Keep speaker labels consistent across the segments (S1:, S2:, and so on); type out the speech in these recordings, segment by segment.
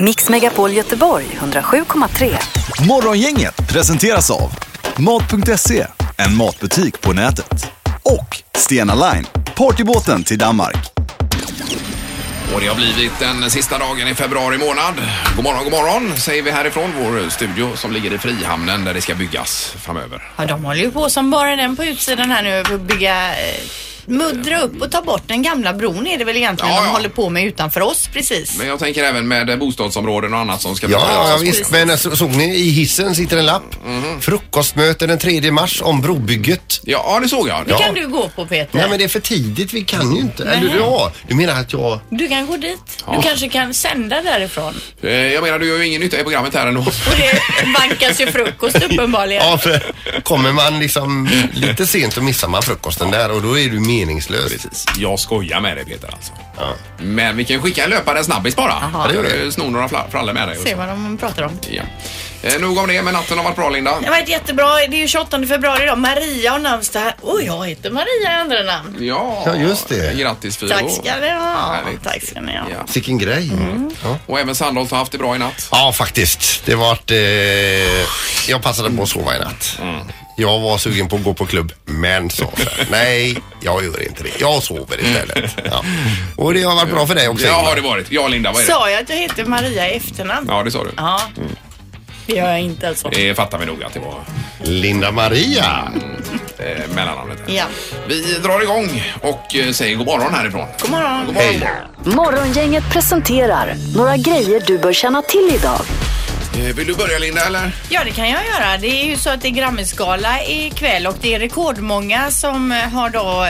S1: Mix Megapol Göteborg 107,3.
S2: Morgongänget presenteras av Mat.se, en matbutik på nätet. Och Stena Line, partybåten till Danmark.
S3: Och det har blivit den sista dagen i februari månad. God morgon, god morgon säger vi härifrån vår studio som ligger i Frihamnen där det ska byggas framöver.
S4: Ja, de håller ju på som bara den på utsidan här nu för att bygga eh, Muddra upp och ta bort den gamla bron är det väl egentligen
S3: Ja,
S4: de
S3: ja.
S4: håller på med utanför oss precis.
S3: Men jag tänker även med bostadsområden och annat som ska
S5: Ja, ja,
S3: byggas.
S5: visst. Men så- såg ni i hissen sitter en lapp. Frukostmöte den 3 mars om brobygget.
S3: Ja, ja, det såg jag.
S4: Det kan du gå på Peter.
S5: Nej men det är för tidigt, vi kan ju inte. Eller ja, du menar att jag...
S4: Du kan gå dit. Du kanske kan sända därifrån.
S3: Eh, Jag menar, du gör ju ingen nytta i programmet här ändå.
S4: Och det vankas ju frukost uppenbarligen.
S5: Ja, för kommer man liksom lite sent och missar man frukosten där och då är du meningslös.
S3: Jag skojar med dig Peter alltså. Men vi kan ju skicka en löpare snabbis bara.
S4: Jaha.
S5: Ja, det gör vi.
S3: Eh, Snor några fla- frallor med dig. och
S4: Se
S3: så.
S4: vad de pratar om.
S3: Ja. Eh, Nog om det, men natten har varit bra Linda.
S4: Det har varit jättebra. Det är ju 28 februari idag. Maria har namnsdag här. Och jag heter Maria i andra namn.
S3: Ja,
S5: Ja, just det.
S3: Grattis Fyrbo.
S4: Tack ska ni ha.
S3: Härligt.
S4: Tack ska ni ha.
S3: Ja.
S5: Vilken grej. Ja.
S3: Och även Sandholt har haft det bra i natt.
S5: ja, faktiskt. Det var att eh, jag passade på att sova i natt. Jag var sugen på att gå på klubb men sa så här, nej, jag gör inte det. Jag sover istället. Ja. Och det har varit bra för dig också.
S3: Ja,
S5: Ingmar.
S3: har det varit. Ja, Linda, vad är det?
S4: Sa jag att jag heter Maria i efternamn?
S3: Ja, det sa du.
S4: Ja. Det gör jag inte alltså.
S3: Det fattar vi nog att det var
S5: Linda Maria.
S3: eh, mellannamnet. här.
S4: Ja.
S3: Vi drar igång och eh, säger god morgon härifrån.
S4: God morgon.
S5: Hej.
S1: Morgongänget presenterar några grejer du bör känna till idag.
S3: Eh, Vill du börja Linda eller?
S4: Ja, det kan jag göra. Det är ju så att det är Grammisgala ikväll och det är rekordmånga som eh, har då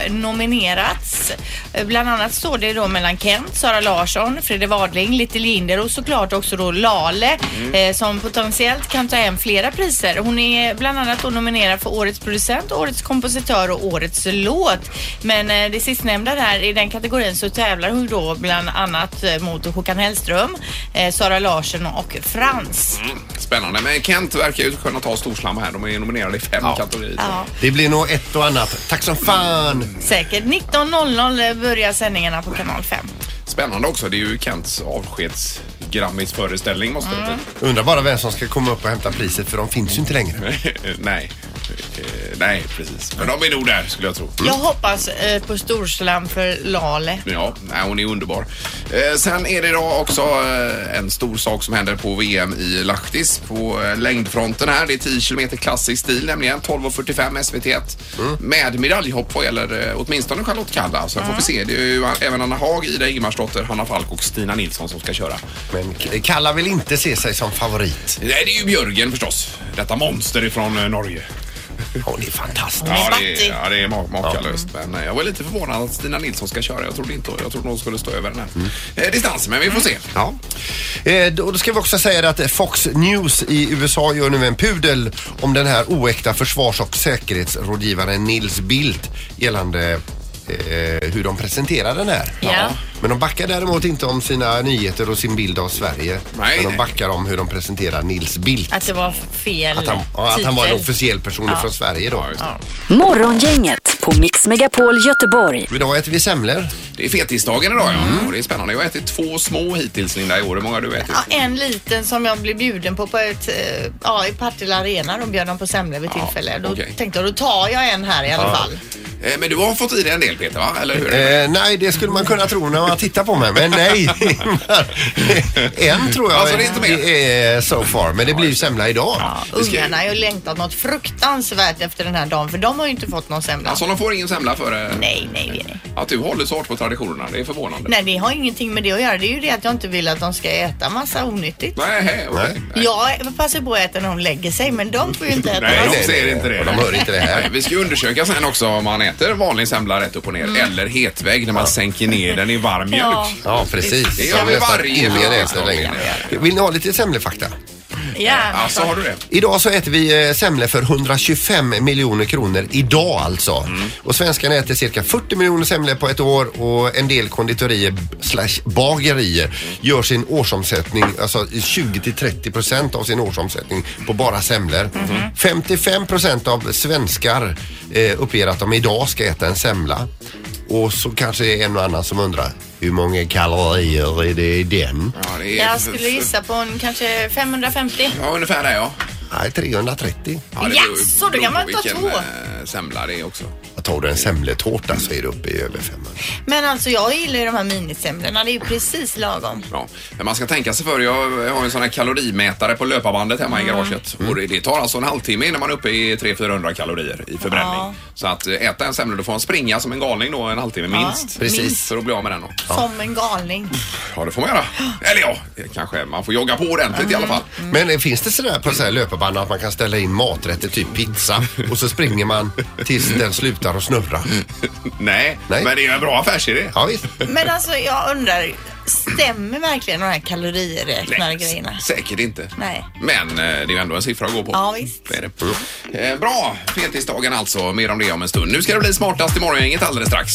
S4: nominerats. Eh, Bland annat står det då mellan Kent, Sara Larsson, Fredrik Wadling, Little Jinder och såklart också då Lale eh, som potentiellt kan ta hem flera priser. Hon är bland annat då nominerad för Årets producent, Årets kompositör och Årets låt. Men eh, det sistnämnda där, i den kategorin så tävlar hon då bland annat eh, mot Håkan Hellström, eh, Sara Larsson och Frans.
S3: Spännande. Men Kent verkar ju kunna ta storslam här. De är nominerade i fem kategorier.
S4: Ja.
S5: Det blir nog ett och annat. Tack som fan.
S4: Säkert. 19.00 börjar sändningarna på kanal 5.
S3: Spännande också. Det är ju Kents avskedsgrammisföreställning måste
S4: Mm.
S3: det
S5: Undrar bara vem som ska komma upp och hämta priset för de finns ju inte längre.
S3: Nej. Eh, Nej, precis. Men de är nog där skulle jag tro.
S4: Jag
S5: Mm.
S4: hoppas eh, på storslam för Lale.
S3: Ja, nej, hon är underbar. Eh, sen är det idag också eh, en stor sak som händer på VM i Lahtis på eh, längdfronten här. Det är 10 kilometer klassisk stil nämligen, 12.45 SVT1. Med medaljhopp vad gäller eh, åtminstone Charlotte Kalla. Sen får vi se. Det är ju även Anna Haag, Ida Ingemarsdotter, Hanna Falk och Stina Nilsson som ska köra.
S5: Men K- Kalla vill inte se sig som favorit.
S3: Nej, det är ju Björgen förstås. Detta monster ifrån eh, Norge.
S5: Hon är fantastisk.
S3: Ja, det,
S4: fattig.
S3: ja, det är ma- makalöst. Men eh, jag var lite förvånad att Stina Nilsson ska köra. Jag trodde inte, jag trodde hon skulle stå över den här eh, distansen, men vi får se.
S5: Ja. Eh, då då ska vi också säga att Fox News i USA gör nu en pudel om den här oäkta försvars och säkerhetsrådgivaren Nils Bildt gällande eh, hur de presenterar den här.
S4: Ja.
S5: Men de backar däremot inte om sina nyheter och sin bild av Sverige.
S3: Nej,
S5: men
S3: nej.
S5: de backar om hur de presenterar Nils Bildt.
S4: Att det var fel
S5: Att han, ja, att han var en
S4: titel.
S5: officiell person från Sverige då.
S1: Morgongänget på Mix Megapol Göteborg.
S5: Idag äter vi semlor.
S3: Det är fetisdagen idag ja. Och det är spännande. Jag har ätit två små hittills Linda i år. Hur många har du ätit?
S4: Mm. Ja, en liten som jag blev bjuden på på ett, eh, ja, i Partille Arena. De bjöd dem på semlor vid tillfälle. Då
S3: okej.
S4: tänkte jag, då tar jag en här i alla fall.
S3: Eh, Men du har fått i dig en del Peter va? Eller hur?
S5: Eh, nej, det skulle man kunna tro när man tittar på mig, men nej. en tror jag
S3: Alltså, det är inte mer.
S5: är so far, men det blir ju semla idag.
S4: Ja,
S3: vi ska-
S4: ungarna har ju längtat något fruktansvärt efter den här dagen för de har ju inte fått någon semla.
S3: Alltså de får ingen semla för eh,
S4: nej, nej, nej.
S3: att du håller så hårt på traditionerna. Det är förvånande.
S4: Nej, det har ingenting med det att göra. Det är ju det att jag inte vill att de ska äta massa onyttigt.
S3: Nej, hej, okej.
S5: Nej.
S3: Nej.
S4: Jag passar på att äta när de lägger sig, men de får ju inte äta.
S3: Nej,
S4: något.
S3: de ser inte det.
S5: Och de hör inte det
S3: Nej,
S5: här.
S3: vi ska ju undersöka sen också om man äter vanlig semla rätt upp och ner eller hetvägg när man sänker ner den i varm mjölk.
S4: Mm. Ja.
S5: Ja, precis.
S3: Det gör vi
S5: Nästan
S3: varje
S5: ingen
S3: dag.
S5: äter längre. Vill ni ha lite semlefakta?
S4: Ja,
S3: Alltså har du det?
S5: Idag så äter vi eh, semlor för 125 miljoner kronor. Idag alltså. Och svenskarna äter cirka 40 miljoner semlor på ett år och en del konditorier b- slash bagerier gör sin årsomsättning, alltså 20 till 30 procent av sin årsomsättning på bara semlor. 55 procent av svenskar eh, uppger att de idag ska äta en semla. Och så kanske det är en och annan som undrar hur många kalorier är det i den?
S3: Ja, det är...
S4: Jag skulle gissa på en, kanske 550.
S3: Ja, ungefär det ja.
S5: Nej, 330.
S3: ja det
S4: Jaså, då
S3: beror
S4: kan
S3: på
S4: man ta
S3: vilken,
S4: två.
S3: eh, semla det är också.
S5: Jag tar du en semletårta så är du uppe i över 500.
S4: Men alltså jag gillar ju de här minisemlorna. Det är ju precis lagom.
S3: Ja. Men man ska tänka sig för. Jag jag har en sån här kalorimätare på löparbandet hemma
S4: Mm.
S3: i garaget. Och det- det tar alltså en halvtimme innan man är uppe i 300-400 kalorier i förbränning.
S4: Ja.
S3: Så att eh, äta en semla, då får man springa som en galning då en halvtimme minst.
S5: Precis.
S3: Minst. För att bli av med den då.
S4: Som en galning.
S3: Ja, det får man göra. Eller ja, det kanske man får jogga på ordentligt i alla
S4: Mm.
S3: fall.
S5: Men eh, finns det sådär på så här löparband att man kan ställa in maträtter, typ pizza, och så springer man tills den slutar att snurra?
S3: Nej,
S5: Nej.
S3: men det är ju en bra affärsidé.
S5: Ja, visst.
S4: Men alltså jag undrar, stämmer verkligen de här kaloriräknargrejerna?
S3: Säkert inte.
S4: Nej.
S3: Men eh, det är ju ändå en siffra att gå på.
S4: Ja, visst.
S3: Det är det. Eh, bra, fetisdagen alltså. Mer om det om en stund. Nu ska det bli smartast i morgongänget alldeles strax.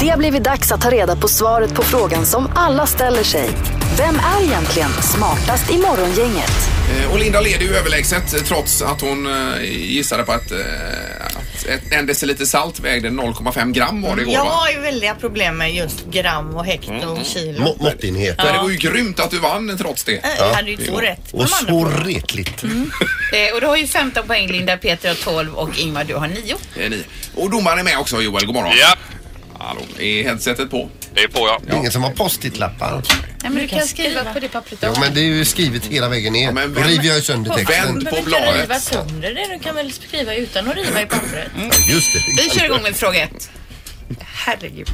S1: Det har blivit dags att ta reda på svaret på frågan som alla ställer sig. Vem är egentligen smartast i morgongänget?
S3: Eh, Och Linda leder ju överlägset eh, trots att hon eh, gissade på att, eh, att ett, en deciliter salt vägde 0,5 gram var det Mm. igår
S4: Jag
S3: va?
S4: har ju väldiga problem med just gram och hekto och kilo.
S5: Må- Måttenheter.
S3: Men det var ju grymt att du vann trots det.
S4: Äh, Jag hade ju två rätt. på
S5: Och
S4: de andra Mm.
S5: så
S4: frågorna.
S5: retligt.
S6: Eh, och du har ju 15 poäng Linda, Peter har 12 och Ingmar du har 9.
S3: Eh, Ni. Och domaren är med också Joel, god morgon.
S7: Ja,
S3: Hallå, är headsetet på?
S7: det är på ja.
S5: Ingen som har postitlappar.
S6: Nej, men du kan skriva på det pappret
S5: Ja, men det är ju skrivet hela vägen ner.
S3: men
S5: Då
S3: vänd-
S5: river jag ju sönder texten.
S3: Vänd på bladet.
S6: sönder det. Du kan väl skriva utan att riva i papperet.
S5: Ja, Just det.
S6: Vi kör igång med fråga ett. Herregud.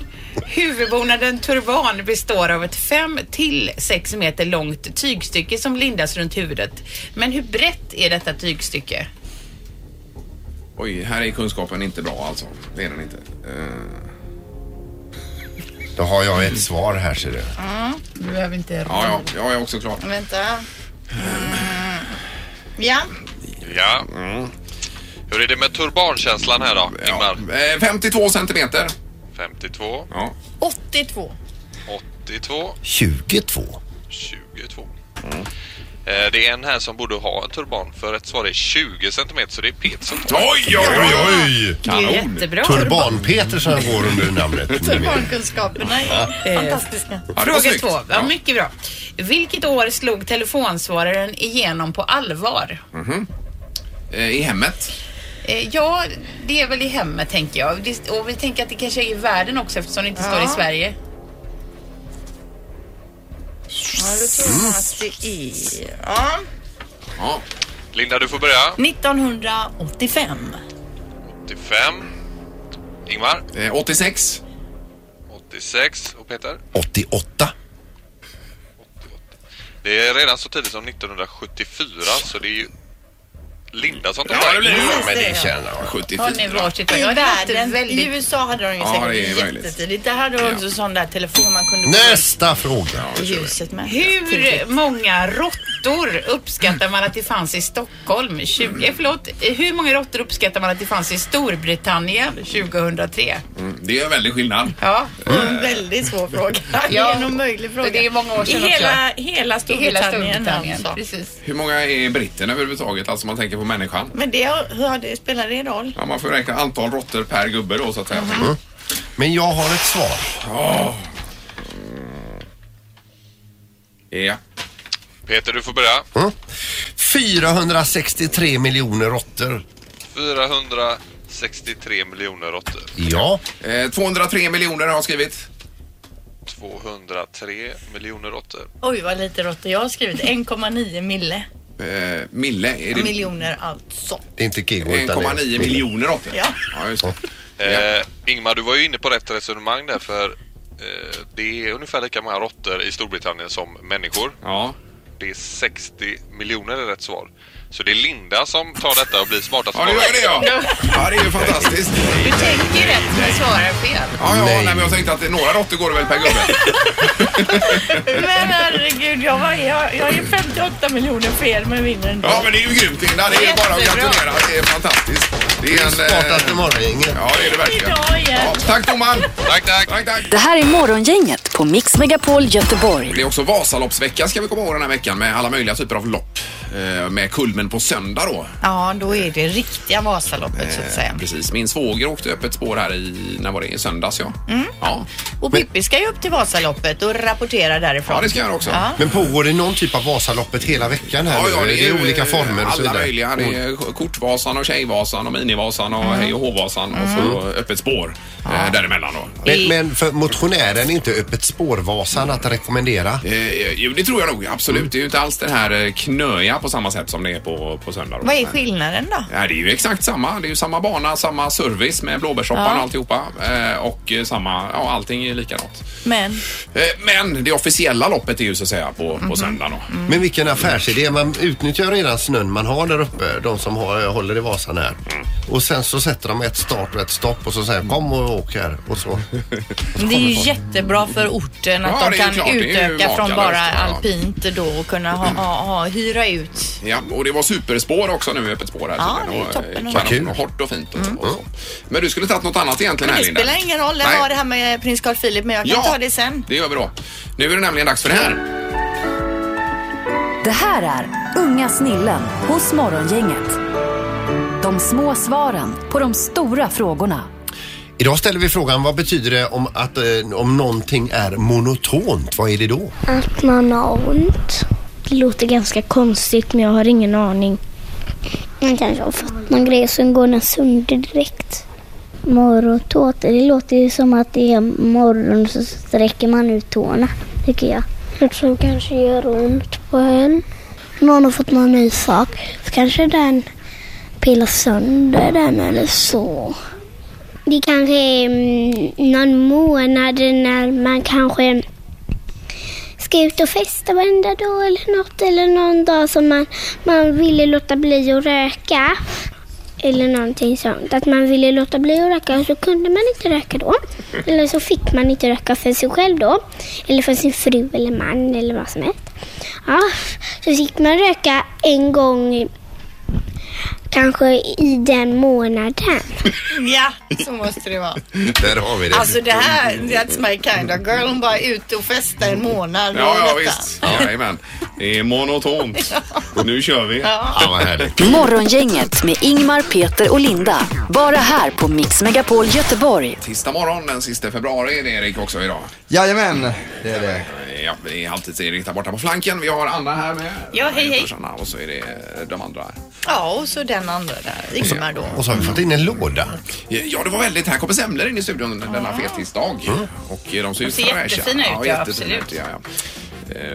S6: Huvudbonaden turban består av ett 5 till 6 meter långt tygstycke som lindas runt huvudet. Men hur brett är detta tygstycke?
S3: Oj, här är kunskapen inte bra alltså. Det är den inte. Eh,
S5: Då har jag ett svar här ser du.
S6: Du behöver inte...
S3: ja, ja, jag är också klar.
S4: Vänta. Mm. Ja,
S7: ja. Hur är det med turbankänslan här då,
S3: Mm. Ja.
S7: Ingmar?
S3: eh, 52 centimeter.
S7: 52,
S3: Ja.
S4: 82.
S7: 82,
S5: 22.
S7: 22.
S3: Mm.
S7: Eh, Det är en här som borde ha en turban för ett svar är 20 centimeter så det är Peter som tar.
S3: Oj, oj, oj!
S5: Oj!
S6: Det är jättebra.
S5: Turban-Peter som går under namnet. numera.
S4: Barnkunskaperna är fantastiska.
S3: Ja, det var
S6: Fråga
S3: snyggt.
S6: två. Ja, mycket bra. Vilket år slog telefonsvararen igenom på allvar?
S3: Eh, I hemmet.
S6: Eh, Ja, det är väl i hemmet tänker jag. Det- Och vi tänker att det kanske är i världen också eftersom det inte står i Sverige.
S4: Ja, då tror jag att det är... Ja.
S3: Ja.
S7: Linda du får börja.
S4: 1985.
S7: 85. Ingmar.
S3: Eh, 86.
S7: 86. Och Peter.
S5: 88.
S7: Det är redan så tidigt som 1974 så det är ju Linda som tar
S3: Ja, det blir det.
S5: Men det känner jag.
S3: 74.
S6: Har ni varsitt?
S4: I
S6: Jag hade haft
S4: världen,
S6: en
S4: i
S6: väldigt...
S4: USA hade de ju
S3: Ja,
S4: säkert
S3: det är möjligt.
S4: jättetidigt. Där hade de också sån där telefon man kunde
S5: Nästa fråga.
S4: på ljuset med.
S6: Hur många råttor uppskattar man att det fanns i Stockholm 20... eh, Förlåt, hur många råttor uppskattar man att det fanns i Storbritannien 2003?
S3: Mm, Det är en väldig skillnad.
S6: Ja,
S4: En väldigt svår fråga. Det
S6: Ja.
S4: är en omöjlig fråga.
S6: Det är många år sedan
S4: I hela, hela
S6: i hela
S4: Storbritannien.
S6: Storbritannien.
S4: Alltså.
S6: Precis.
S3: Hur många är britterna överhuvudtaget? Alltså man tänker på människan.
S4: Men det, hur har det, spelar det roll?
S3: Ja, man får räkna antal råttor per gubbe då så att säga.
S5: Men jag har ett svar.
S3: Ja.
S7: Peter du får börja.
S5: Mm. 463 miljoner råttor.
S7: 463 miljoner råttor.
S5: Ja.
S3: Eh, 203 miljoner har jag skrivit.
S7: 203 miljoner råttor.
S4: Oj, vad lite råttor jag har skrivit. 1,9 mille.
S3: Eh, mille. Är det
S4: Miljoner alltså.
S5: Det är inte Kikko utan det är-
S3: 1,9 miljoner råttor?
S4: Ja.
S3: ja just det.
S7: Eh, Ingmar, du var ju inne på rätt resonemang där för eh, det är ungefär lika många råttor i Storbritannien som människor.
S3: Ja.
S7: Det är 60 miljoner är rätt svar. Så det är Linda som tar detta och blir smartast.
S3: Ja, det gör det ja. ja! Det är ju fantastiskt.
S6: Du tänker rätt men svarar fel.
S3: Ja, ja, nej.
S5: Nej.
S3: men jag tänkte att några råttor går det väl per gubbe.
S4: Men herregud, jag, var, jag, jag är 58 miljoner fel men vinner ändå.
S3: Ja, men det är ju grymt Linda. Det är ju bara att gratulera. Det är fantastiskt. Det är en... eh,
S5: Smartaste morgongänget.
S3: Ja, det är det verkligen.
S4: Idag igen.
S3: Ja, tack domaren!
S7: Tack, tack.
S3: Tack, tack!
S1: Det här är morgongänget på Mix Megapol Göteborg.
S3: Det är också Vasaloppsvecka ska vi komma ihåg den här veckan med alla möjliga typer av lopp. eh, med kulmen på söndag då.
S4: Ja, då är det riktiga Vasaloppet så att säga.
S3: Eh, Precis. Min svåger åkte öppet spår här i, när var det? I söndags ja.
S5: Mm.
S3: Ja.
S4: Och Pippi ska ju upp till Vasaloppet och rapportera därifrån.
S3: ja, det ska jag göra också.
S4: Ja.
S5: Men pågår det någon typ av Vasaloppet hela veckan här nu? det, är
S3: ju, eh,
S5: olika former och så
S3: Alla
S5: vidare. Mm.
S3: möjliga. Det är Kortvasan och Tjejvasan och Minivasan och Hej och Håvasan
S5: Mm.
S3: och så Öppet spår eh, däremellan då.
S5: Men, men för motionären är inte Öppet spårvasan att rekommendera?
S3: Eh, jo, det tror jag nog. Absolut.
S5: Mm.
S3: Det är ju inte alls den här eh, knöiga på samma sätt som det är på, på söndag. då.
S4: Vad är
S3: Men-
S4: skillnaden då?
S3: Ja, det är ju exakt samma. Det är ju samma bana, samma service med blåbärssoppan
S4: Ja.
S3: och alltihopa. Eh, och eh, samma, ja allting är likadant.
S4: Men
S3: Eh, men det officiella loppet är ju så att säga på,
S4: Mhm.
S3: på söndagen då.
S4: Mm.
S5: Mm. Men vilken affärsidé. Man utnyttjar redan snön man har där uppe, de som har, håller i Vasan här.
S3: Mm.
S5: Och sen så sätter de ett start och ett stopp och så säger de, kom och åk här. Och så.
S4: det är ju jättebra för orten att de
S3: Ja, det är
S4: kan
S3: klart. Det är ju
S4: utöka från
S3: makalöst,
S4: bara
S3: ja.
S4: alpint då och kunna ha, ha, ha, hyra ut.
S3: Ja, och det var superspår också nu, öppet spår här.
S4: Ja,
S3: tydligen.
S4: det är toppen.
S3: Och, eh,
S4: Vad
S3: kanon
S5: kul.
S3: och hårt och fint och, och så. Men du skulle tagit något annat egentligen här
S4: Det
S3: Linda.
S4: spelar ingen roll, jag
S3: Nej.
S4: har det här med prins Carl Philip men jag kan ta det sen.
S3: det gör vi då. Nu är det nämligen dags för det här.
S1: Det här är Unga snillen hos Morgongänget. De små svaren på de stora frågorna.
S5: Idag ställer vi frågan, vad betyder det om, att, eh, om någonting är monotont? Vad är det då?
S8: Att man har ont. Det låter ganska konstigt men jag har ingen aning. Man kanske har fått någon grej som går den sönder direkt. Morotåt, det låter ju som att det är morgon så sträcker man ut tårna, tycker jag. Något som kanske gör ont på en. Någon har fått någon ny sak. Så kanske den pillar sönder den eller så. Det kanske är mm, någon månad när man kanske ska ut och festa varenda dag eller något. Eller någon dag som man, man ville låta bli att röka. Eller någonting sånt. Att man ville låta bli att röka och så kunde man inte röka då. Eller så fick man inte röka för sig själv då. Eller för sin fru eller man eller vad som helst. Ja, så fick man röka en gång i- kanske i den månaden.
S4: Ja, så måste det vara.
S5: Där har vi det.
S4: Alltså det här, that's my kind of girl. Hon bara är ute och festar en månad.
S3: Ja,
S4: Det är
S3: ja
S4: detta.
S3: visst. Jajamän. Det är monotont. Nu kör vi.
S5: Ja, vad härligt.
S1: Mm. Morgongänget med Ingmar, Peter och Linda. Bara här på Mix Megapol Göteborg.
S3: Tisdag morgon den sista februari är det Erik också idag.
S9: Jajamän, det är det.
S3: Ja, det är alltid Erik där borta på flanken. Vi har Anna här med.
S4: Ja, hej, hej.
S3: Anna, Och så är det eh, de andra här.
S4: Ja, och så den andra där, Ingmar då.
S5: Och så har vi fått in en låda.
S3: Ja, det var väldigt. Här kommer semlor in i studion denna fettisdag. Och eh, de ser,
S6: ser jättefina ut, ja, absolut.
S3: Ja, ja.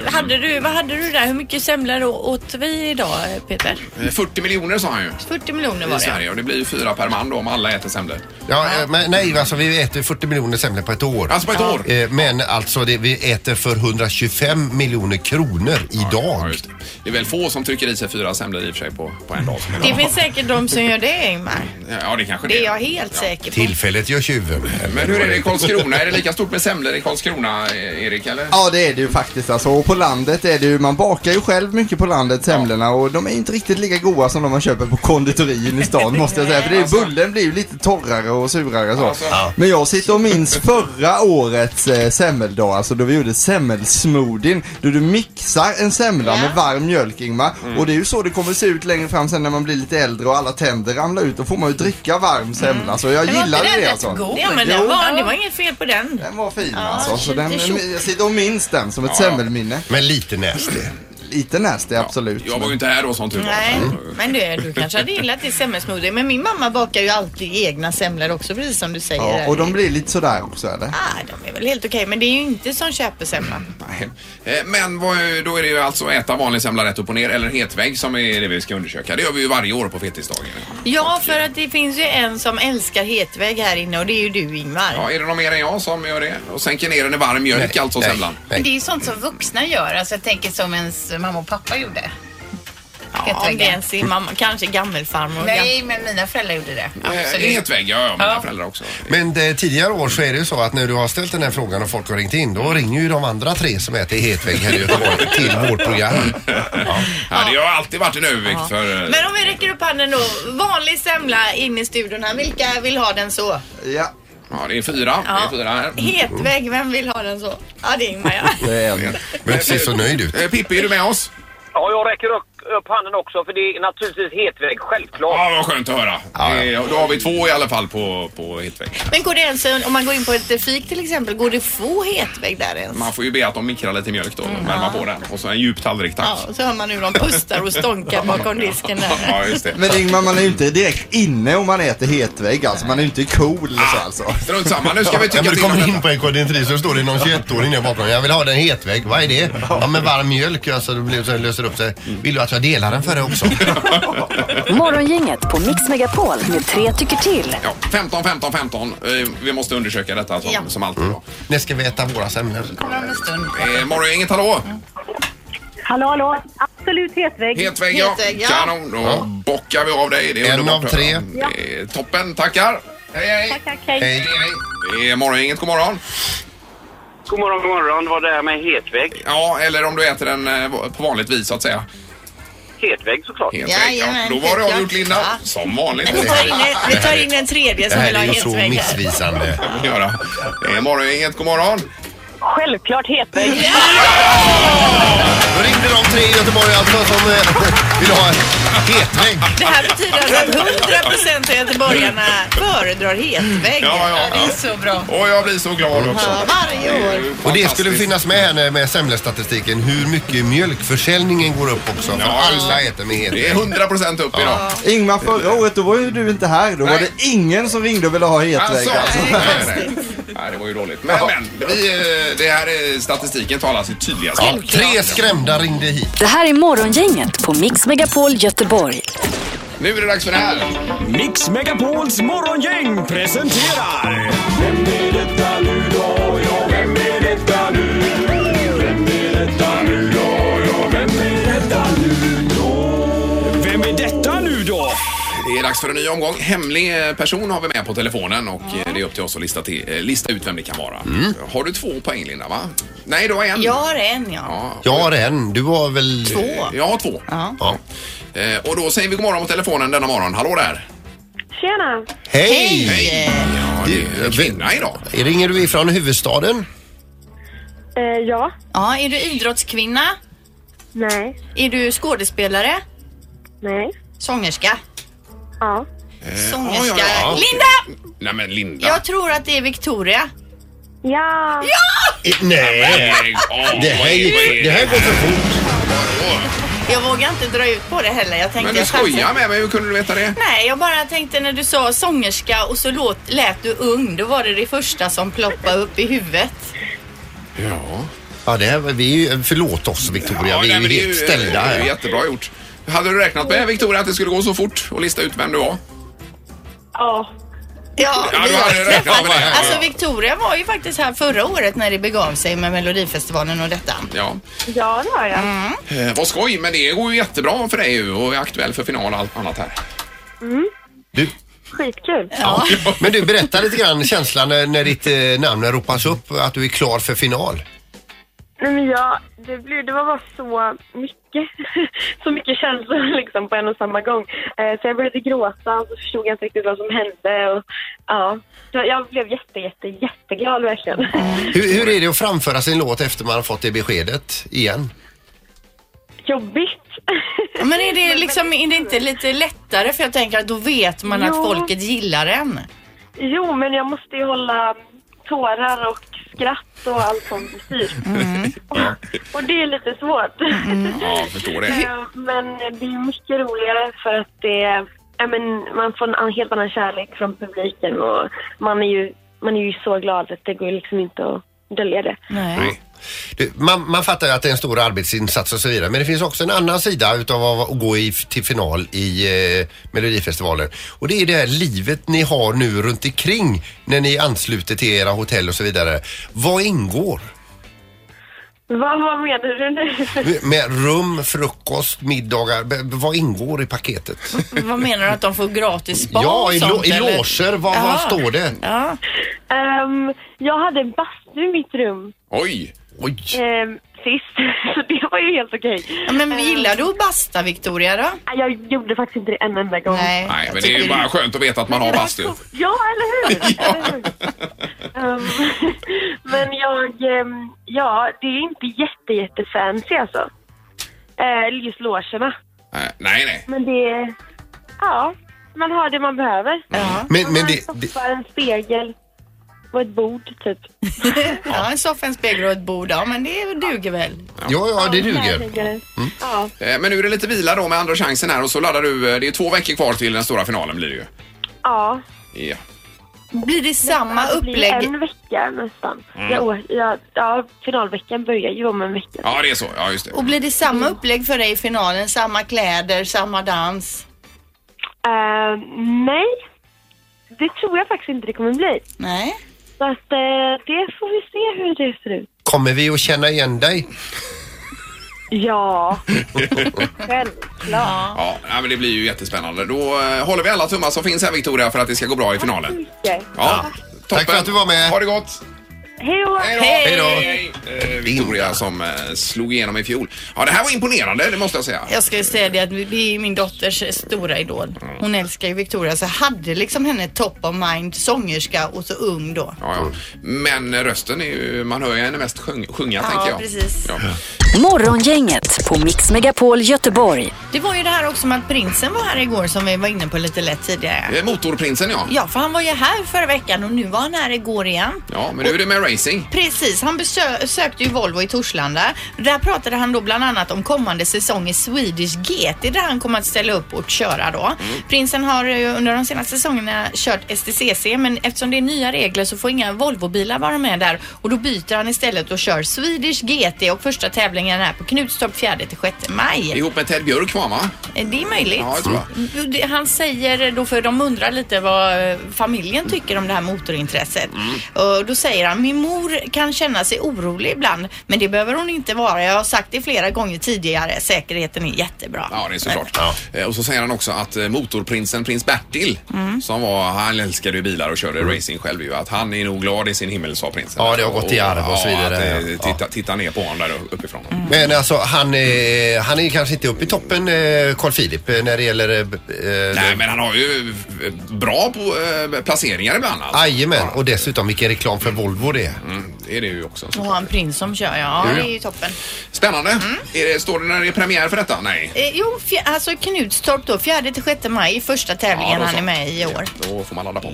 S4: Hade du, vad hade du där? Hur mycket semlor å- åt vi idag, Peter?
S3: Eh, 40 miljoner sa han ju.
S4: 40 miljoner
S3: I
S4: var det.
S3: Sverige och det blir ju fyra per man då om alla äter semlor.
S5: Ja, eh, men, nej, alltså vi äter 40 miljoner semlor på ett år.
S3: Alltså på ett år.
S5: Eh, Men alltså det, vi äter för 125 miljoner kronor
S3: Ja,
S5: idag.
S3: just det. det är väl få som trycker i sig fyra semlor i och för sig på, på en dag. Som
S4: Det
S3: idag.
S4: finns säkert de som gör det, Ingmar.
S3: Ja, det kanske
S4: Det är
S3: det
S4: jag helt säker på.
S5: Tillfället gör tjuven.
S3: Men hur är det i Karlskrona? Är det lika stort med semlor i Karlskrona, eh, Erik? Eller?
S9: Ja det är det ju faktiskt alltså. Och på landet är det ju, man bakar ju själv mycket på landet semlorna och de är inte riktigt lika goda som de man köper på konditorin i stan måste jag säga. För det är,
S4: Alltså.
S9: bullen blir ju lite torrare och surare så.
S3: Alltså. Ja.
S9: Men jag sitter och minns förra årets eh, semmeldag, alltså då vi gjorde semmelsmoothien. Då du mixar en semla med varm mjölk Ingmar.
S4: Mm.
S9: Och det är ju så det kommer se ut längre fram sen när man blir lite äldre och alla tänder ramlar ut. Då får man ju dricka varm semla. Så jag
S4: Mm. Men var inte
S9: gillar
S4: den
S9: det
S4: rätt
S9: alltså.
S4: god? Ja, men den
S9: Jo.
S4: var, det var inget fel på den.
S9: Den var fin
S4: Ja,
S9: alltså. Så
S4: lite
S9: den,
S4: tjock.
S9: jag sitter och minns den som ett semmelminne.
S5: Men lite nasty.
S9: Lite nasty, absolut.
S3: Jag var ju inte här då som tur var.
S4: Nej,
S9: Mm.
S4: men du, du kanske hade gillat det semmelsmoothie. Men min mamma bakar ju alltid egna semlor också, precis som du säger.
S9: ja, och de
S4: Erik.
S9: blir lite sådär också eller?
S4: Ah, de är väl helt okej, men det är ju inte som köper semla.
S3: Nej. Eh, Men vad, då är det ju alltså äta vanlig semla rätt upp och ner eller hetvägg som är det vi ska undersöka. Det gör vi ju varje år på fettisdagen.
S4: Ja, för att det finns ju en som älskar hetvägg här inne och det är ju du Ingmar.
S3: Ja, är det någon mer än jag som gör det? Och sänker ner den i varm mjölk alltså
S5: nej,
S3: semlan?
S5: nej.
S6: Men det är ju sånt som vuxna gör. Alltså jag tänker som ens mamma och pappa gjorde.
S4: Ja, om det ens är mamma, kanske gammelfarmor. och
S6: Nej, men mina föräldrar gjorde det.
S3: Eh,
S6: Absolut.
S3: Hetvägg, ja, ja mina
S6: Ja.
S3: föräldrar också.
S5: Men eh, tidigare år så är det ju så att när du har ställt den här frågan och folk har ringt in, då ringer ju de andra tre som äter hetvägg här i Göteborg till vårt program. Ja.
S3: Ja, det har alltid varit en övervikt
S4: Ja.
S3: för... eh,
S4: Men om vi räcker upp handen då. Vanlig semla in i studion här. Vilka vill ha den så?
S9: Ja,
S3: Ja, det är fyra.
S4: Ja.
S3: Det är fyra här.
S4: Hetvägg, vem vill ha den så? Ja, det är Ingmar ja.
S9: det är en.
S5: Men du ser så nöjd ut.
S3: Eh, Pippi, är du med oss?
S10: Ja, jag räcker upp, upp handen också för det är naturligtvis hetvägg, självklart.
S3: Ja, vad skönt att höra. Eh, Då har vi två i alla fall på, på hetvägg.
S4: Men går det ens, om man går in på ett fik till exempel, går det få hetvägg där ens?
S3: Man får ju be att de mikrar lite mjölk då, värma på den. Och så en djup tallrik, tack.
S4: Ja, och så hör man hur de pustar och stånkar bakom disken där.
S3: Ja, just det.
S9: Men Ingmar, man är ju inte direkt inne om man äter hetvägg alltså. Man är ju inte cool så alltså.
S3: Strunt samma, nu ska vi
S5: Ja,
S3: tycka
S5: men du
S3: till om
S5: kommer in
S3: detta.
S5: på en konditori så står det någon 21-åring där bakom. Jag vill ha den hetvägg. Vad är det? Ja Mm. men varm mjölk. Alltså det blir så det löser upp sig. Vill du att jag delar den för dig också?
S1: Morgongänget på Mix Megapol med tre tycker till.
S3: Ja, 15, 15, 15. Eh, Vi måste undersöka detta som, som alltid. då.
S5: När ska vi äta våra semlor?
S6: Kommer om en stund.
S3: Eh, Morgongänget, hallå!
S11: Hallå, hallå. Absolut hetvägg.
S3: Hetvägg, ja.
S4: Hetvägg, ja.
S3: Kanon, då bockar vi av dig. Det är
S5: En
S3: underbart.
S5: av tre.
S3: Ja. Det är Toppen, tackar! Hej, hej!
S11: Tack, tack, hej.
S5: Hej.
S3: Hej, hej. Det är Morgongänget, god morgon!
S10: God morgon, god morgon. Vad det är med hetvägg?
S3: Ja, eller om du äter den eh, på vanligt vis så att säga.
S10: Hetvägg såklart.
S3: Helt
S4: Jajamän,
S3: rätt. ja, då var
S4: helt
S3: det avgjort
S4: klart.
S3: Linda.
S4: Ja.
S3: Som vanligt.
S4: Vi tar, in, en- vi tar in en tredje
S5: Det
S4: som
S5: här
S4: vill ha
S5: är ju så
S4: hetvägg här.
S5: missvisande.
S3: Göra. Eh, Morgongänget, god morgon!
S11: Självklart hetvägg.
S5: Då ringde de tre i Göteborg alltså som eh, vill ha hetvägg.
S4: Det här betyder alltså att 100% av göteborgarna föredrar hetvägg.
S3: Ja, ja,
S6: Det är
S3: ja.
S6: så bra.
S3: Och jag blir så glad också.
S4: Ja, varje år.
S5: Och det skulle
S3: Fantastiskt.
S5: finnas med här nu med semlestatistiken hur mycket mjölkförsäljningen går upp också. För
S3: Ja, just
S5: alla äter med
S3: Det är
S5: hetvägg.
S3: 100 procent upp idag.
S9: Ingmar, förra året då var ju du inte här. Då var
S3: Nej.
S9: det ingen som ringde och ville ha hetvägg
S3: Alltså,
S9: alltså.
S3: nej, nej, nej. nej, det var ju dåligt. Men, men vi, eh, det här är statistiken talar sitt tydliga
S5: Ja,
S3: språk.
S5: tre skrämda ringde hit.
S1: Det här är Morgongänget på Mix Megapol Göteborg.
S3: Nu är det dags för det här.
S12: Mix Megapols morgongäng presenterar... Vem är detta nu då? Ja, vem är detta nu? Vem är detta nu då? Ja, vem är detta nu då? Vem är detta nu då?
S3: Det är dags för en ny omgång. Hemlig eh, person har vi med på telefonen och eh, det är upp till oss att lista, till, eh, lista ut vem det kan vara. Har du två poäng Linda va? Nej, du har en.
S4: Jag har en ja.
S3: Mm. Ja.
S5: Jag har en. Du har väl... Två.
S3: Jag har två.
S5: Ja.
S3: Eh, Och då säger vi god morgon på telefonen denna morgon. Hallå där!
S11: Tjena.
S5: Hej!
S3: Ja, det är
S5: Du-
S3: en kvinna idag.
S5: Ringer du ifrån huvudstaden?
S11: Eh, ja.
S4: ja. Är du idrottskvinna?
S11: Nej.
S4: Är du skådespelare?
S11: Nej.
S4: Sångerska?
S11: Ja.
S4: Sångerska.
S3: Eh, ja, ja, ja.
S4: Linda!
S3: Nej men Linda.
S4: Jag tror att det är Victoria.
S11: Ja.
S5: Nej!
S3: Lägg av.
S5: Det här, gick, det här går för fort.
S4: Jag vågar inte dra ut på det heller. Jag tänkte
S3: Men du
S4: jag chansar.
S3: skojar med mig, hur kunde du veta det?
S4: Nej, jag bara tänkte när du sa sångerska och så låt, lät du ung. Då var det det första som ploppade upp i huvudet.
S3: Ja.
S5: Ja, det här, var- vi är ju, förlåt oss Victoria, vi
S3: nej,
S5: är
S3: men
S5: ju
S3: det är
S5: helt
S3: ju-
S5: ställda
S3: det är ju
S5: här.
S3: Jättebra gjort. Hade du räknat med Victoria att det skulle gå så fort och lista ut vem du var?
S11: Ja.
S4: Ja,
S3: Ja,
S4: vi
S3: du
S4: har
S3: hade räknat med det.
S4: Alltså Victoria var ju faktiskt här förra året när det begav sig med Melodifestivalen och detta.
S3: Ja.
S11: Ja, det har jag.
S3: Eh, vad skoj, men det går ju jättebra för dig ju och är aktuell för final och allt annat här.
S5: Du,
S11: Skitkul.
S5: men du, berätta lite grann känslan när, när ditt eh, namn ropas upp, att du är klar för final.
S11: Nej, men jag, det, blir, det var bara så mycket. så mycket känslor liksom på en och samma gång. Eh, så jag började gråta och så förstod jag inte riktigt vad som hände. Och, ja. jag, jag blev jätte, jätte, jätteglad verkligen.
S5: Hur, hur är det att framföra sin låt efter man har fått det beskedet igen?
S11: Jobbigt.
S4: Men är det liksom är det inte lite lättare? För jag tänker att då vet man att
S11: Jo.
S4: folket gillar en.
S11: jo, men jag måste ju hålla tårar och skratt och allt sånt i styr. och, och det är lite svårt.
S3: Mm. Ja, jag förstår det.
S11: Eh, Men det är mycket roligare för att det, ja, men man får en an- helt annan kärlek från publiken och man är ju, man är ju så glad att det går liksom inte att dölja det.
S4: Nej.
S5: Du, man, man fattar ju att det är en stor arbetsinsats och så vidare men det finns också en annan sida utav att, att gå i, till final i eh, Melodifestivalen och det är det här livet ni har nu runt omkring när ni ansluter till era hotell och så vidare. Vad ingår?
S11: Vad, vad menar du nu?
S5: Med rum, frukost, middagar, b- b- vad ingår i paketet?
S4: Vad menar du att de får gratis spa
S5: ja,
S4: och
S5: i, lo-
S4: sånt,
S5: i
S4: eller?
S5: loger, vad,
S4: Jaha.
S5: vad står det?
S4: Ja.
S11: Ehm, jag hade en bastu i mitt rum
S3: Oj!
S5: Oj,
S11: um, sist, så det var ju helt okej.
S4: Ja, Men gillar du att basta Victoria då?
S11: Nej, Jag gjorde faktiskt inte det en enda gång.
S3: Nej,
S4: jag
S3: men det är ju
S4: tycker-
S3: bara skönt att veta att man har bastu.
S11: Ja, eller hur? Eller hur? Ehm, men jag, ehm, ja, det är inte jätte, jättefancy alltså. Eh, just logerna.
S3: Nej, nej. nej.
S11: Men det... Ja, man har det man behöver.
S5: Men, men det,
S11: En soffa, en spegel och ett bord, typ.
S4: ja, en soffa, en spegel och ett bord. Ja, men det duger väl.
S5: Ja, ja, det duger.
S11: Mm. Ja.
S3: Eh, Men nu är det lite vila då med andra chansen här och så laddar du. eh, Det är två veckor kvar till den stora finalen blir det ju.
S11: ja.
S3: Ja.
S4: Blir det samma
S11: Det blir
S4: upplägg?
S11: en vecka nästan.
S3: Mm.
S11: Ja, ja, ja, finalveckan börjar ju om en vecka.
S3: Ja, det är så. Ja, just det.
S4: Och blir det samma upplägg för dig i finalen? Samma kläder, samma dans?
S11: Eh, nej, det tror jag faktiskt inte det kommer bli.
S4: Nej.
S11: Så att eh, det får vi se hur det ser ut.
S5: Kommer vi att känna igen dig?
S11: Ja, självklart.
S3: Ja, nej, men det blir ju jättespännande. Då eh, håller vi alla tummar som finns här Victoria för att det ska gå bra i finalen.
S11: Okej.
S3: Ja, toppen.
S5: Tack för att du var med.
S3: Ha det gott!
S11: Hej då!
S5: Hej då.
S3: Eh, Victoria som eh, slog igenom i fjol. Ja, det här var imponerande, det måste jag säga.
S4: Jag ska ju säga det att det är ju min dotters stora idol. Hon älskar ju Victoria så jag hade liksom henne top of mind sångerska och så ung då.
S3: Ja, ja. Men rösten är ju, man hör ju henne mest sjung, sjunga tänker jag.
S4: precis.
S3: Ja.
S1: Morgongänget på Mix Megapol Göteborg.
S4: Det var ju det här också med att prinsen var här igår som vi var inne på lite lätt tidigare.
S3: Eh, Motorprinsen ja.
S4: Ja, för han var ju här förra veckan och nu var han här igår igen.
S3: Ja, men nu är det med racing.
S4: Precis, han besökte ju Volvo i Torslanda. Där pratade han då bland annat om kommande säsong i Swedish GT där han kommer att ställa upp och köra då. Prinsen har ju under de senaste säsongerna kört STCC men eftersom det är nya regler så får inga Volvobilar vara med där och då byter han istället och kör Swedish GT och första tävlingen är på Knutstorp 4 till 6 maj.
S3: Ihop med Ted Björk var va?
S4: Eh, Det är möjligt. Mm.
S3: Ja, det tror jag.
S4: Det- Han säger då, för de undrar lite vad eh, familjen tycker om det här motorintresset.
S3: Mm.
S4: Och då säger han, min mor kan känna sig orolig ibland, men det behöver hon inte vara. Jag har sagt det flera gånger tidigare, säkerheten är jättebra.
S3: Ja, det är såklart. Eh, Och så säger han också att eh, motorprinsen prins Bertil,
S5: Mm.
S3: som var, han älskade ju bilar och körde racing själv ju, att han är nog glad i sin himmel sa prinsen.
S5: Ja, det har gått i arv och så vidare.
S3: att, eh,
S5: Ja.
S3: titta, titta ner på honom där uppifrån.
S5: Men alltså han, eh, han är kanske inte uppe i toppen eh, Carl Philip eh, när det gäller... eh, Eh,
S3: Nej, men han har ju eh, bra på, eh, placeringar ibland alltså.
S5: Jajamän och dessutom vilken reklam för Volvo det är.
S3: Mm, det är det ju också.
S4: Och ha en prins som kör, ja
S3: Jo, ja.
S4: det är ju toppen.
S3: Spännande.
S5: Mm.
S3: Är det, står det när det är premiär för detta? Nej.
S4: Eh, jo, fj- alltså Knutstorp då, 4 till 6 maj, första tävlingen
S3: Ja, då
S4: han
S3: så.
S4: är med i i år.
S3: Då får man ladda på.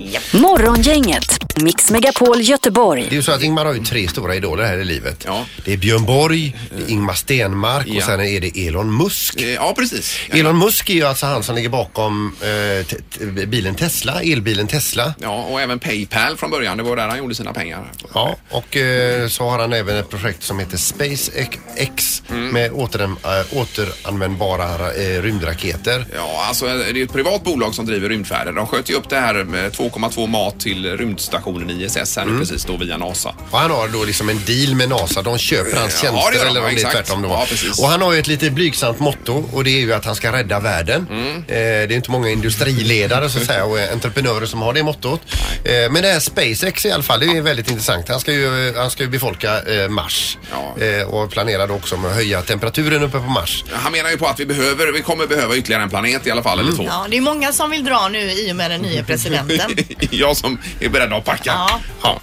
S1: Morgongänget, Mix Megapol
S5: Det är
S1: Göteborg.
S5: ju så att Ingmar har ju tre stora idoler här i livet.
S3: Ja. Eh.
S5: Det är Björn Borg, det är Ingmar Stenmark
S3: Ja.
S5: och sen är det Elon Musk.
S3: Eh, Ja, precis. Ja.
S5: Elon Musk är ju alltså han som ligger bakom eh, te- te- bilen Tesla, elbilen Tesla.
S3: Ja, och även Paypal från början. Det var där han gjorde sina pengar.
S5: Ja, och eh, så har han även ett projekt som heter SpaceX
S3: Mm.
S5: med återan, eh, återanvändbara eh, rymdraketer.
S3: Ja, alltså det är ju ett privat bolag som driver rymdfärder. De sköt ju upp det här med 2,2 mat till rymdstationen ISS
S4: Mm.
S3: här nu precis då via NASA.
S5: Och han har då liksom en deal med NASA. De köper hans
S3: Ja, det gör
S5: tjänster
S3: de,
S5: eller om det är
S3: exakt.
S5: tvärtom då.
S3: Ja, precis.
S5: och han har ju ett lite blygsamt motto och det är ju att han ska rädda världen.
S3: Mm.
S5: Eh, det är inte många industriledare så att säga och eh, entreprenörer som har det mottot. Eh, men det här SpaceX i alla fall, det är väldigt intressant. Han ska ju, eh, han ska ju befolka eh, Mars
S3: Ja.
S5: eh, och planerar då också med att höja temperaturen uppe på Mars.
S3: Han menar ju på att vi behöver, vi kommer behöva ytterligare en planet i alla fall, eller två.
S4: Ja, det är många som vill dra nu i och med den nya presidenten.
S3: Jag som är beredd att packa.
S4: Ja.
S3: Ja.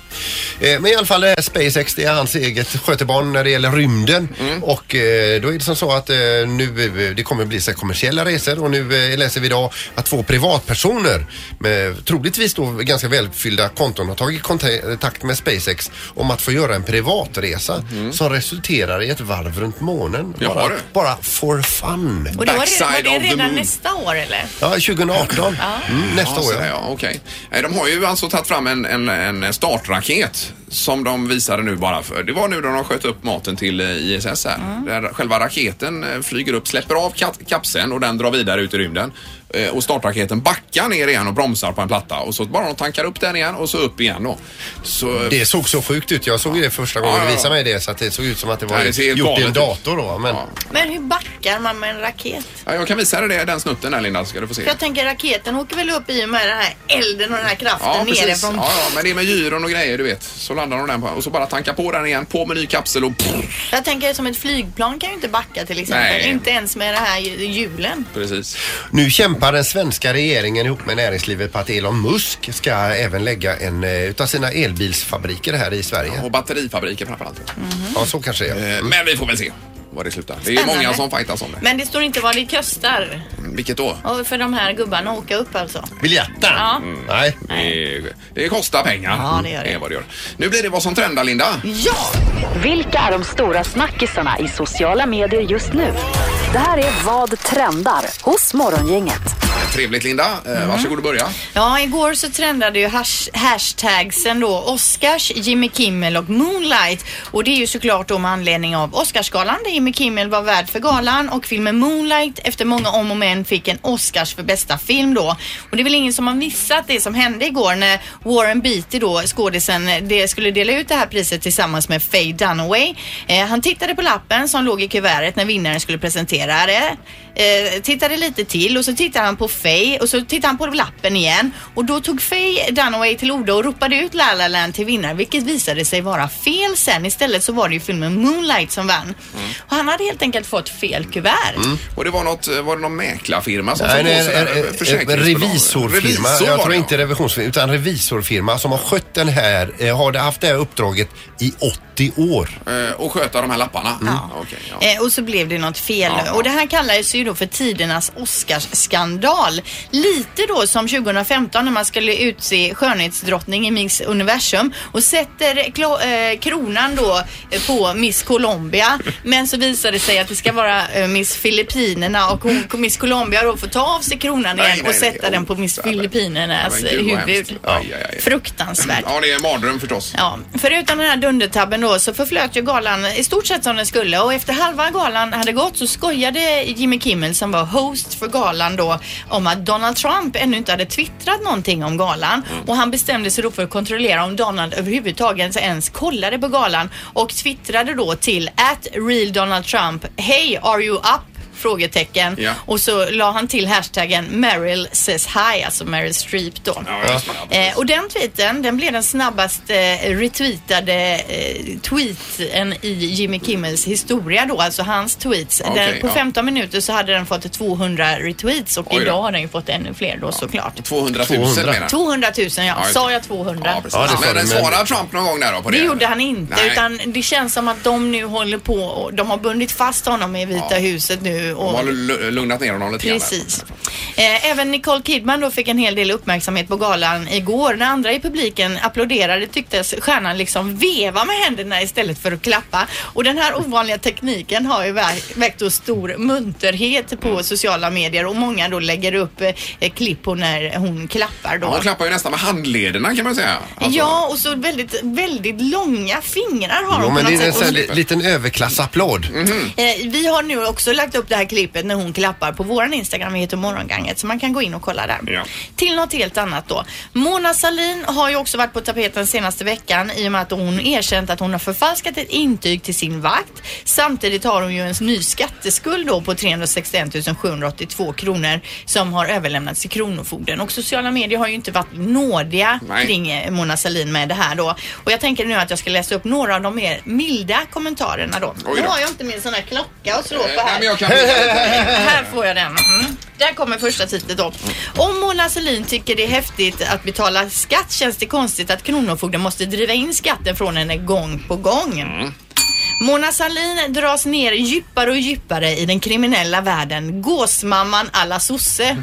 S5: Eh, Men i alla fall det här SpaceX, det är hans eget skötebarn när det gäller rymden.
S3: Mm.
S5: Och eh, då är det som så att eh, nu, eh, det kommer bli så här kommersiella resor och nu eh, läser vi idag att två privatpersoner med troligtvis då ganska välfyllda konton har tagit kontakt med SpaceX om att få göra en privatresa
S3: Mm.
S5: som resulterar i ett varv runt månen.
S3: Jaha,
S5: Bara,
S3: du.
S5: bara for fun.
S4: Och det var, det- var
S3: Backside
S4: det
S3: of the
S4: redan
S3: moon.
S4: nästa år eller?
S5: Ja, 2018. Mm, nästa
S3: Ja,
S5: år
S3: så-
S5: ja.
S3: ja, okej. Nej, De har ju alltså tagit fram en, en, en startraket som de visade nu bara för. Det var nu då de sköt upp maten till eh, ISS här.
S4: Mm.
S3: Där själva raketen eh, flyger upp, släpper av kat- kapseln och den drar vidare ut i rymden. Eh, Och startraketen backar ner igen och bromsar på en platta och så bara de tankar upp den igen och så upp igen då. Så,
S5: Det såg så sjukt ut. Jag såg ju det första gången
S3: Ja, ja,
S5: du
S3: ja.
S5: visade mig det så att det såg ut som att det var
S3: Nej, det ser helt
S5: gjort i
S3: galet
S5: en
S3: ut.
S5: dator då. Men...
S3: Ja.
S4: Men hur backar man med en raket?
S3: Ja, jag kan visa dig det, den snutten där Linda, så ska du få se.
S4: För jag tänker raketen åker väl upp i och med den här elden och den här kraften
S3: Ja, precis. Ja,
S4: nerifrån.
S3: ja, men det är med gyron och grejer, du vet. Så landar de den på, och så bara tanka på den igen, på med ny kapsel och
S4: Jag tänker som ett flygplan kan ju inte backa till exempel.
S3: Nej.
S4: Inte ens med det här hj- hjulen.
S3: Precis.
S5: Nu kämpar den svenska regeringen ihop med näringslivet på att Elon Musk ska även lägga en eh, utav sina elbilsfabriker här i Sverige.
S3: Och batterifabriker framförallt.
S5: Ja, så kanske det är.
S3: Eh, Men vi får väl se. vad det slutar. Det är ju
S4: Spännande.
S3: många som fightas om det. Mm,
S4: Men det står inte vad det kostar
S3: Vilket då?
S4: Och för de här gubbarna att åka upp alltså.
S5: Biljetten?
S4: Ja.
S5: Nej.
S3: Mm. Det, det kostar pengar.
S4: Ja, det gör det.
S3: är vad det gör. Nu blir det vad som trendar, Linda.
S4: Ja!
S1: Vilka är de stora snackisarna i sociala medier just nu? Det här är Vad trendar hos Morgongänget.
S3: Trevligt, Linda. Eh,
S4: Mm.
S3: Varsågod och börja.
S4: Ja, igår så trendade ju hash- hashtagsen då Oscars, Jimmy Kimmel och Moonlight. Och det är ju såklart då med anledning av Oscarsgalan där Jimmy Kimmel var värd för galan och filmen Moonlight efter många om och men fick en Oscars för bästa film då. Och det är väl ingen som har missat det som hände igår när Warren Beatty då, skådisen, det skulle dela ut det här priset tillsammans med Faye Dunaway. Eh, han tittade på lappen som låg i kuvertet när vinnaren skulle presentera det. Eh, tittade lite till och så tittade han på Faye och så tittade han på lappen igen. Och då tog Faye Dunaway till orda och ropade ut La La Land till vinnare vilket visade sig vara fel sen. Istället så var det ju filmen Moonlight som vann. Och han hade helt enkelt fått fel kuvert.
S3: Och det var något, eh, var det någon mäklarfirma som
S5: Nej,
S3: såg
S5: nej,
S3: på sig
S5: en- eh,
S3: där?
S5: en- en
S3: Försäkringsbolag?
S5: revisorfirma.
S3: Revisor
S5: jag
S3: var
S5: tror
S3: det,
S5: inte revisionsfirma, utan revisorfirma som har skött den här, eh, har haft det här uppdraget i 80 år.
S3: ja. Eh, Och sköta de här lapparna? Ja. Okej, ja.
S4: Eh, och så blev det något fel. Och det här kallades ju då för tidernas Oscarsskandal. Lite då som 2015 när man skulle utse skönhetsdrottning i Miss Universum och sätter klo- eh, kronan då eh, på Miss Colombia. Men så visar det sig att det ska vara eh, Miss Filippinerna och hon, Miss Colombia då får ta av sig kronan
S3: Nej,
S4: igen
S3: nej,
S4: och
S3: nej.
S4: sätta den på Miss Filippinernas
S3: Men gud, vad
S4: huvud.
S3: hemskt. Aj, aj, aj.
S4: Fruktansvärt.
S3: Ja, det är en mardröm förstås.
S4: Ja, förutom den här dundertabben då så förflöt ju galan i stort sett som den skulle och efter halva galan hade gått så skojade Jimmy Kimmel som var host för galan då om att Donald Trump ännu inte hade twittrat någonting om galan och han bestämde sig då för att kontrollera om Donald överhuvudtaget ens kollade på galan och twittrade då till at real Donald Trump Hey are you up? Frågetecken.
S3: Ja.
S4: Och så la han till hashtaggen Meryl says hi, alltså Meryl Streep då.
S3: Ja, just det.
S4: Eh, och den tweeten, den blev den snabbast eh, retweetade eh, tweeten i Jimmy Kimmels historia då, alltså hans tweets.
S3: Okej,
S4: den, på
S3: ja.
S4: 15 minuter så hade den fått 200 retweets och
S3: Oj då.
S4: idag har den ju fått ännu fler då såklart.
S3: 200 000
S5: 200.
S3: menar jag.
S4: 200 000 ja,
S3: just det.
S4: sa jag 200?
S3: Ja, precis.
S5: Ja, det sa
S3: men
S5: du, men-
S3: svarade Trump någon gång där då på det?
S4: Det gjorde han inte
S3: Nej.
S4: utan det känns som att de nu håller på och de har bundit fast honom i Vita
S3: Ja.
S4: huset nu.
S3: De
S4: Och
S3: har lu- lugnat ner honom lite grann.
S4: Precis. Eh, även Nicole Kidman då fick en hel del uppmärksamhet på galan igår. När andra i publiken applåderade tycktes stjärnan liksom veva med händerna istället för att klappa. Och den här ovanliga tekniken har ju vä- väckt då stor munterhet på
S5: Mm.
S4: sociala medier och många då lägger upp eh, eh, klipp på när hon klappar då.
S3: Ja, hon klappar ju nästan med handlederna kan man säga. Alltså,
S4: Ja, och så väldigt, väldigt långa fingrar har hon
S5: Jo,
S4: på
S5: men
S4: något
S5: det
S3: alltså,
S5: är en
S4: sätt. Och
S5: sån här
S4: så-
S5: li- liten överklassapplåd.
S3: Mm-hmm.
S4: Eh, vi har nu också lagt upp det här klippet när hon klappar på våran Instagram, vi heter Morgonganget, så man kan gå in och kolla där.
S3: Ja.
S4: Till något helt annat då. Mona Sahlin har ju också varit på tapeten senaste veckan i och med att hon erkänt att hon har förfalskat ett intyg till sin vakt. Samtidigt har hon ju en ny skatteskuld då på 361 782 kronor som har överlämnats till Kronofogden. Och sociala medier har ju inte varit nådiga
S3: Nej.
S4: kring eh, Mona Sahlin med det här då. Och jag tänker nu att jag ska läsa upp några av de mer milda kommentarerna då.
S3: Oj
S4: Nu
S3: då.
S4: har jag inte min sån här klocka att slå på
S3: Eh, Nej,
S4: här.
S3: men jag kan inte.
S4: Här får jag den. Mm. Där kommer första titeln då. Om Mona Sahlin tycker det är häftigt att betala skatt känns det konstigt att Kronofogden måste driva in skatten från henne gång på gång. Mona Sahlin dras ner djupare och djupare i den kriminella världen. Gåsmamman alla sosse.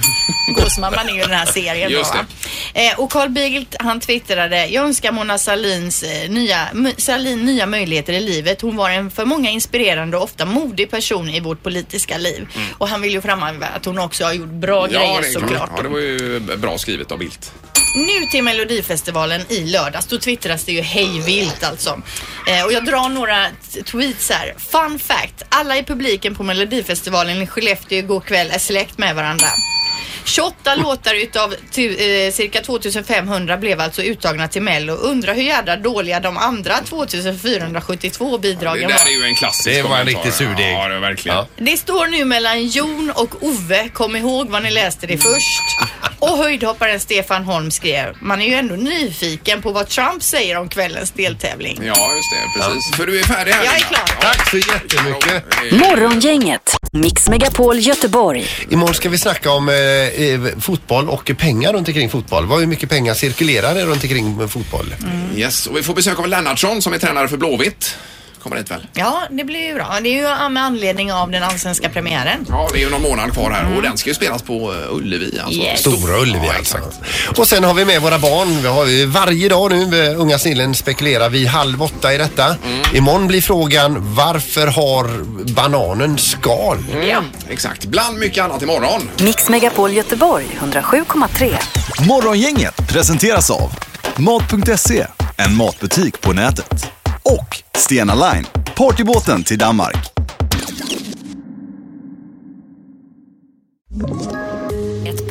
S4: Gåsmamman är ju den här serien.
S3: Just
S4: då, va? Eh, och Carl Bildt han twittrade, jag önskar Mona Sahlins eh, nya, M- Sahlin nya möjligheter i livet. Hon var en för många inspirerande och ofta modig person i vårt politiska liv. Och han vill ju framhäva att hon också har gjort bra
S3: Mm. Ja,
S4: grejer
S3: det, är klart.
S4: såklart.
S3: ja, det var ju bra skrivet av Bildt.
S4: Nu till Melodifestivalen i lördags. Då twittras det ju hejvilt alltså. Eh, och jag drar några t- tweets här. Fun fact. Alla i publiken på Melodifestivalen i Skellefteå igår kväll är släkt med varandra. 28 låtar utav tu, eh, cirka 2500 blev alltså uttagna till Mello. Undrar hur jädra dåliga de andra 2472 bidragen
S3: Det
S4: var.
S3: där är ju en klassisk
S5: Det var en
S3: kommentar.
S5: riktig surdeg.
S3: Ja, det är verkligen.
S5: Ja.
S4: Det står nu mellan Jon och Ove. Kom ihåg vad ni läste det först. Och höjdhopparen Stefan Holm skrev. Man är ju ändå nyfiken på vad Trump säger om kvällens deltävling.
S3: Ja, just det. Precis. För du är färdig här.
S4: Jag är
S3: Linda.
S4: klar.
S3: Ja,
S5: Tack så jättemycket.
S1: Morgongänget, Mix Megapol Göteborg.
S5: Imorgon ska vi snacka om eh, eh, fotboll och pengar runt omkring fotboll. Vad- Hur mycket pengar
S3: Mm.
S5: cirkulerar det runt omkring med fotboll?
S3: Eh, Yes, och vi får besök av Lennartsson som är tränare för Blåvitt. kommer hit väl?
S4: Ja, det blir ju bra. Det är ju med anledning av den allsvenska premiären.
S3: Ja, det är ju någon månad kvar här och den ska ju spelas på eh, Ullevi alltså.
S4: Mm. Yes.
S5: Stora Ullevi alltså. Och sen har vi med våra barn. Vi har ju varje dag nu, eh, Unga snillen spekulerar vi halv åtta i detta. Imorgon blir frågan varför har bananen skal?
S3: Ja, exakt. Bland mycket annat imorgon.
S1: Mix Megapol Göteborg 107,3.
S2: Morgongänget presenteras av Mat.se, en matbutik på nätet. Och Stena Line, partybåten till Danmark.
S13: Ett